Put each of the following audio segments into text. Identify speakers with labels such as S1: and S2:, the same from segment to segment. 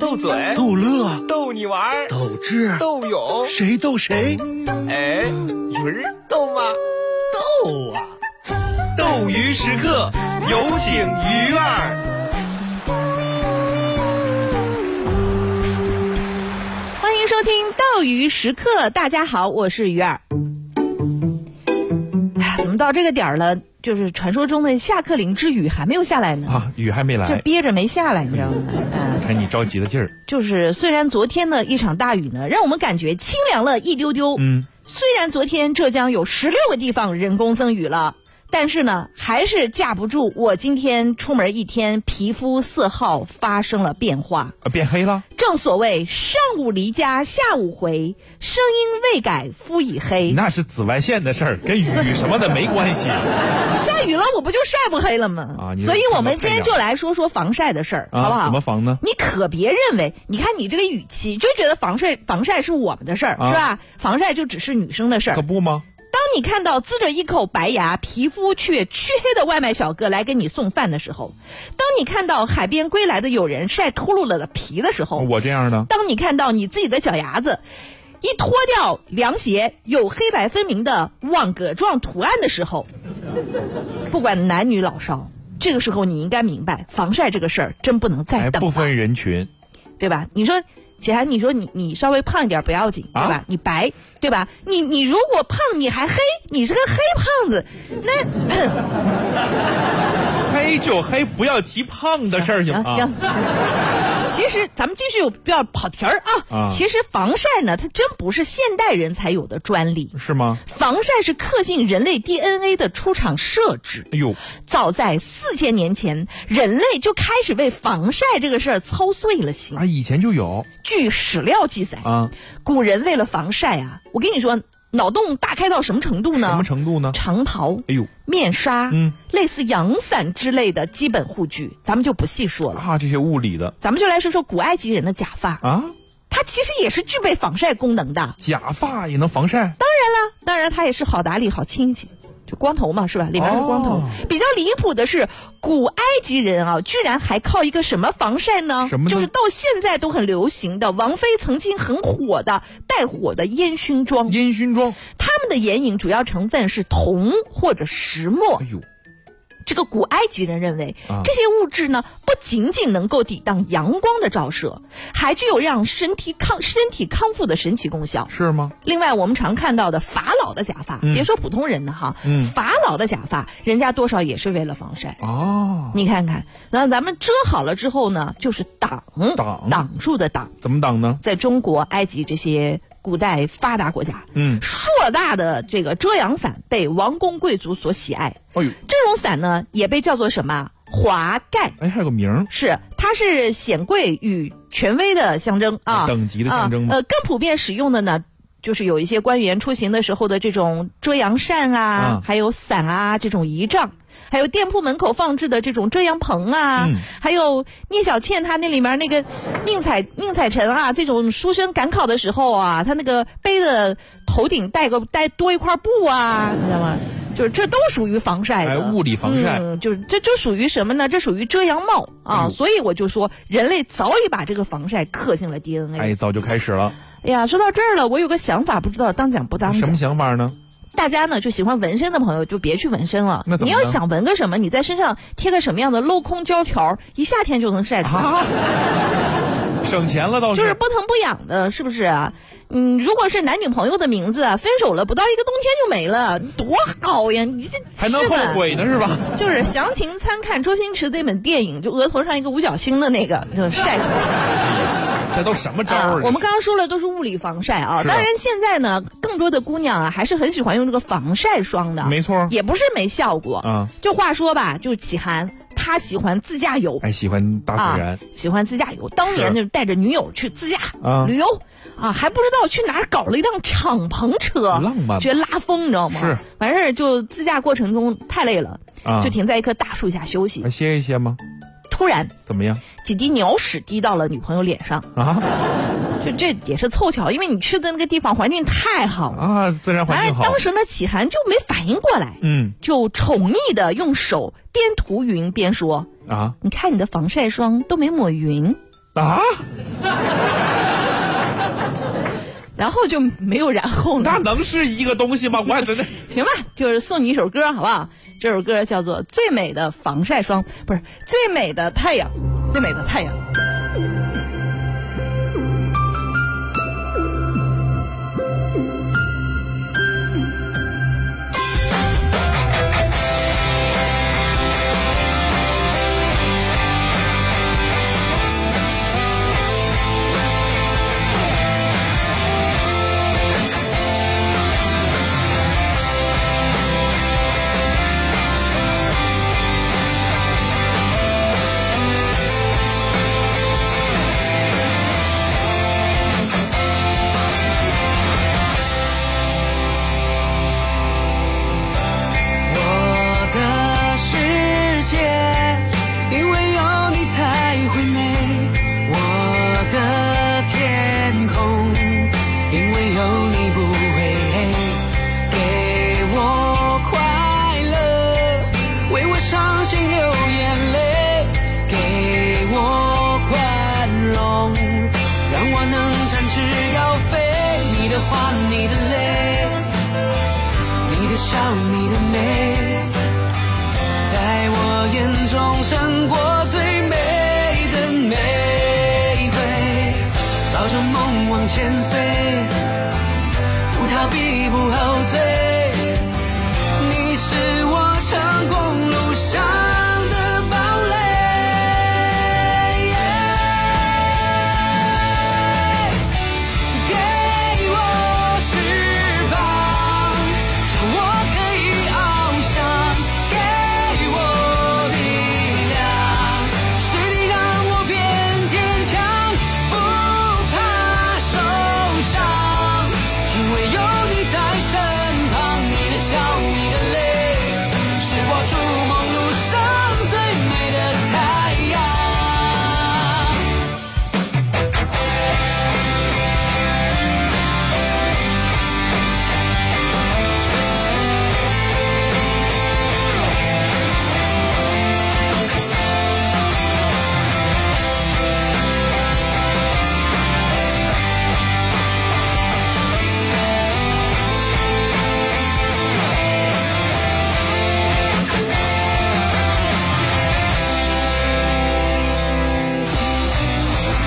S1: 斗嘴、
S2: 逗乐、
S1: 逗你玩儿、
S2: 斗智，
S1: 斗勇，
S2: 谁逗谁？
S1: 哎，鱼儿逗吗？
S2: 逗啊！
S1: 斗鱼时刻，有请鱼儿。
S3: 欢迎收听《斗鱼时刻》，大家好，我是鱼儿。哎呀，怎么到这个点儿了，就是传说中的下课铃之雨还没有下来呢？
S4: 啊，雨还没
S3: 这
S4: 来，哎
S3: 憋着没下来，你知道吗？嗯，
S4: 看你着急的劲儿。
S3: 就是虽然昨天的一场大雨呢，让我们感觉清凉了一丢丢。
S4: 嗯，
S3: 虽然昨天浙江有十六个地方人工增雨了，但是呢，还是架不住我今天出门一天，皮肤色号发生了变化。
S4: 啊，变黑了？
S3: 正所谓上午离家下午回，声音未改肤已黑。
S4: 那是紫外线的事儿，跟雨什么的没关 系。
S3: 下雨了，我不就晒不黑了吗
S4: 啊？你
S3: 所以我们今
S4: 看
S3: 天
S4: 到太
S3: 就
S4: 阳
S3: 来说说防晒的事儿，
S4: 啊
S3: 好不好？
S4: 怎么防呢
S3: 你可别认为，你看你这个语气，就觉得防晒防晒是我们的事儿，
S4: 啊
S3: 是吧？防晒就只是女生的事儿
S4: 可。不吗？
S3: 当你看到呲着一口白牙、皮肤却黢黑的外卖小哥来给你送饭的时候，当你看到海边归来的友人晒秃噜了的皮的时候，
S4: 我这样的，
S3: 当你看到你自己的脚丫子一脱掉凉鞋有黑白分明的网格状图案的时候，不管男女老少，这个时候你应该明白，防晒这个事儿真不能再
S4: 哎，
S3: 等
S4: 不
S3: 了，
S4: 分人群，
S3: 对吧？你说。姐涵，你说你你稍微胖一点不要紧，对
S4: 啊
S3: 吧？你白，对吧？你你如果胖你还黑，你是个黑胖子，那
S4: 黑就黑，不要提胖 的事 儿，
S3: 啊
S4: 啊
S3: 行
S4: 吗？
S3: 行行。其实咱们继续不要跑题儿啊！
S4: 啊
S3: 其实防晒呢，它真不是现代人才有的专利，
S4: 啊是吗？
S3: 防晒是刻进人类 DNA 的出厂设置。
S4: 哎呦，
S3: 早在四千年前，人类就开始为防晒这个事儿操碎了心。
S4: 啊，以前就有
S3: 据史料记载，
S4: 啊，
S3: 古人为了防晒啊，我跟你说，脑洞大开到什么程度呢？
S4: 什么程度呢？
S3: 长袍、
S4: 哎呦，
S3: 面纱、
S4: 嗯
S3: 类似阳伞之类的基本护具，咱们就不细说了。
S4: 啊，这些物理的
S3: 咱们就来说说古埃及人的假发，
S4: 啊，
S3: 它其实也是具备防晒功能的。
S4: 假发也能防晒，
S3: 当然，它也是好打理、好清洗，就光头嘛，是吧？里面是光头。
S4: 哦
S3: 比较离谱的是，古埃及人啊，居然还靠一个什么防晒呢？
S4: 什么呢
S3: 就是到现在都很流行的，王菲曾经很火的带火的烟熏妆。
S4: 烟熏妆。
S3: 他们的眼影主要成分是铜或者石墨
S4: 哎。呦，
S3: 这个古埃及人认为
S4: 啊，
S3: 这些物质呢，不仅仅能够抵挡阳光的照射，还具有让身体康身体康复的神奇功效。
S4: 是吗？
S3: 另外，我们常看到的法老的假发，别说普通人的哈，
S4: 嗯
S3: 法老的假发，人家多少也是为了防晒。
S4: 啊，
S3: 你看看，然后咱们遮好了之后呢，就是挡
S4: 挡
S3: 挡住的挡，
S4: 怎么挡呢？
S3: 在中国、埃及这些古代发达国家，
S4: 嗯，
S3: 硕大的这个遮阳伞被王公贵族所喜爱。
S4: 哎呦，
S3: 这种伞呢，也被叫做什么啊华盖。
S4: 哎，还有个名儿，
S3: 是，它是显贵与权威的象征啊，
S4: 等级的象征
S3: 啊。
S4: 吗
S3: 呃，更普遍使用的呢，就是有一些官员出行的时候的这种遮阳扇啊，
S4: 啊
S3: 还有伞啊这种仪仗。还有店铺门口放置的这种遮阳棚啊，
S4: 嗯
S3: 还有聂小倩她那里面那个宁采宁采臣啊，这种书生赶考的时候啊，他那个背的头顶带个带多一块布啊，你知道吗？就是这都属于防晒的，
S4: 哎物理防晒
S3: 嗯，就是这这属于什么呢？这属于遮阳帽啊，
S4: 哎呦
S3: 所以我就说，人类早已把这个防晒刻进了 DNA。
S4: 哎，早就开始了。
S3: 哎呀，说到这儿了，我有个想法，不知道当讲不当
S4: 什
S3: 讲
S4: 么。想法呢？
S3: 大家呢，就喜欢纹身的朋友就别去纹身了
S4: 那。怎
S3: 你
S4: 么
S3: 要
S4: 呢
S3: 想纹个什么，你在身上贴个什么样的镂空胶条，一夏天就能晒出来，
S4: 啊， 省钱了倒
S3: 就是不疼不痒的，是不是啊？嗯，如果是男女朋友的名字啊，分手了不到一个冬天就没了，多好呀！你这
S4: 还能
S3: 是
S4: 后
S3: 吧
S4: 悔呢是吧？
S3: 就是详情参看周星驰那本电影，就额头上一个五角星的那个，就晒 出来。
S4: 这都什么招
S3: 啊
S4: 儿？
S3: 我们刚刚说了都是物理防晒啊，
S4: 是
S3: 当然现在呢，更多的姑娘啊还是很喜欢用这个防晒霜的，
S4: 没错
S3: 也不是没效果。
S4: 啊，
S3: 就话说吧，就启涵她喜欢自驾游。
S4: 哎，喜欢大自
S3: 啊
S4: 然，，
S3: 喜欢自驾游。当年就带着女友去自驾、
S4: 啊
S3: 旅游，啊，还不知道去哪儿搞了一辆敞篷车，
S4: 浪漫
S3: 觉得拉风，你知道吗？
S4: 是，
S3: 完事儿就自驾过程中太累了，
S4: 啊
S3: 就停在一棵大树下休息。
S4: 啊歇一歇吗？
S3: 突然，
S4: 怎么样
S3: 几滴鸟屎滴到了女朋友脸上，
S4: 啊？
S3: 就这也是凑巧，因为你去的那个地方环境太好了。
S4: 啊，自然环
S3: 哎
S4: 境，好。
S3: 当时呢，启涵就没反应过来，
S4: 嗯
S3: 就宠溺的用手边涂云边说
S4: 啊：“
S3: 你看你的防晒霜都没抹匀。
S4: 啊，”
S3: 然后就没有然后了
S4: 那。能是一个东西吗？我还真的
S3: 行吧，就是送你一首歌，好不好？这首歌叫做《最美的防晒霜》，不是最美的太阳，最美的太阳。
S5: 我的世界，因为有你才会美。我的天空，因为有你不会黑。给我快乐，为我伤心流眼泪。给我宽容，让我能展翅高飞。你的花，你的泪。你的笑，你的美，在我眼中闪过最美的玫瑰，抱着梦往前飞，不逃避，不后退。你是我成功路上的堡垒。给我翅膀，让我可以翱翔；给我力量，是你让我变坚强，不怕受伤。因为有你在身旁，你的笑，你的泪，是我筑梦路上最美的太阳。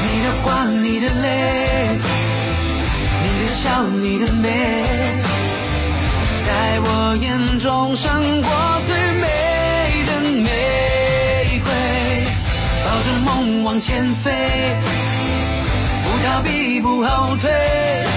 S5: 你的花，你的泪，你的笑，你的美，在我眼中闪过最美的玫瑰，抱着梦往前飞，不逃避，不后退。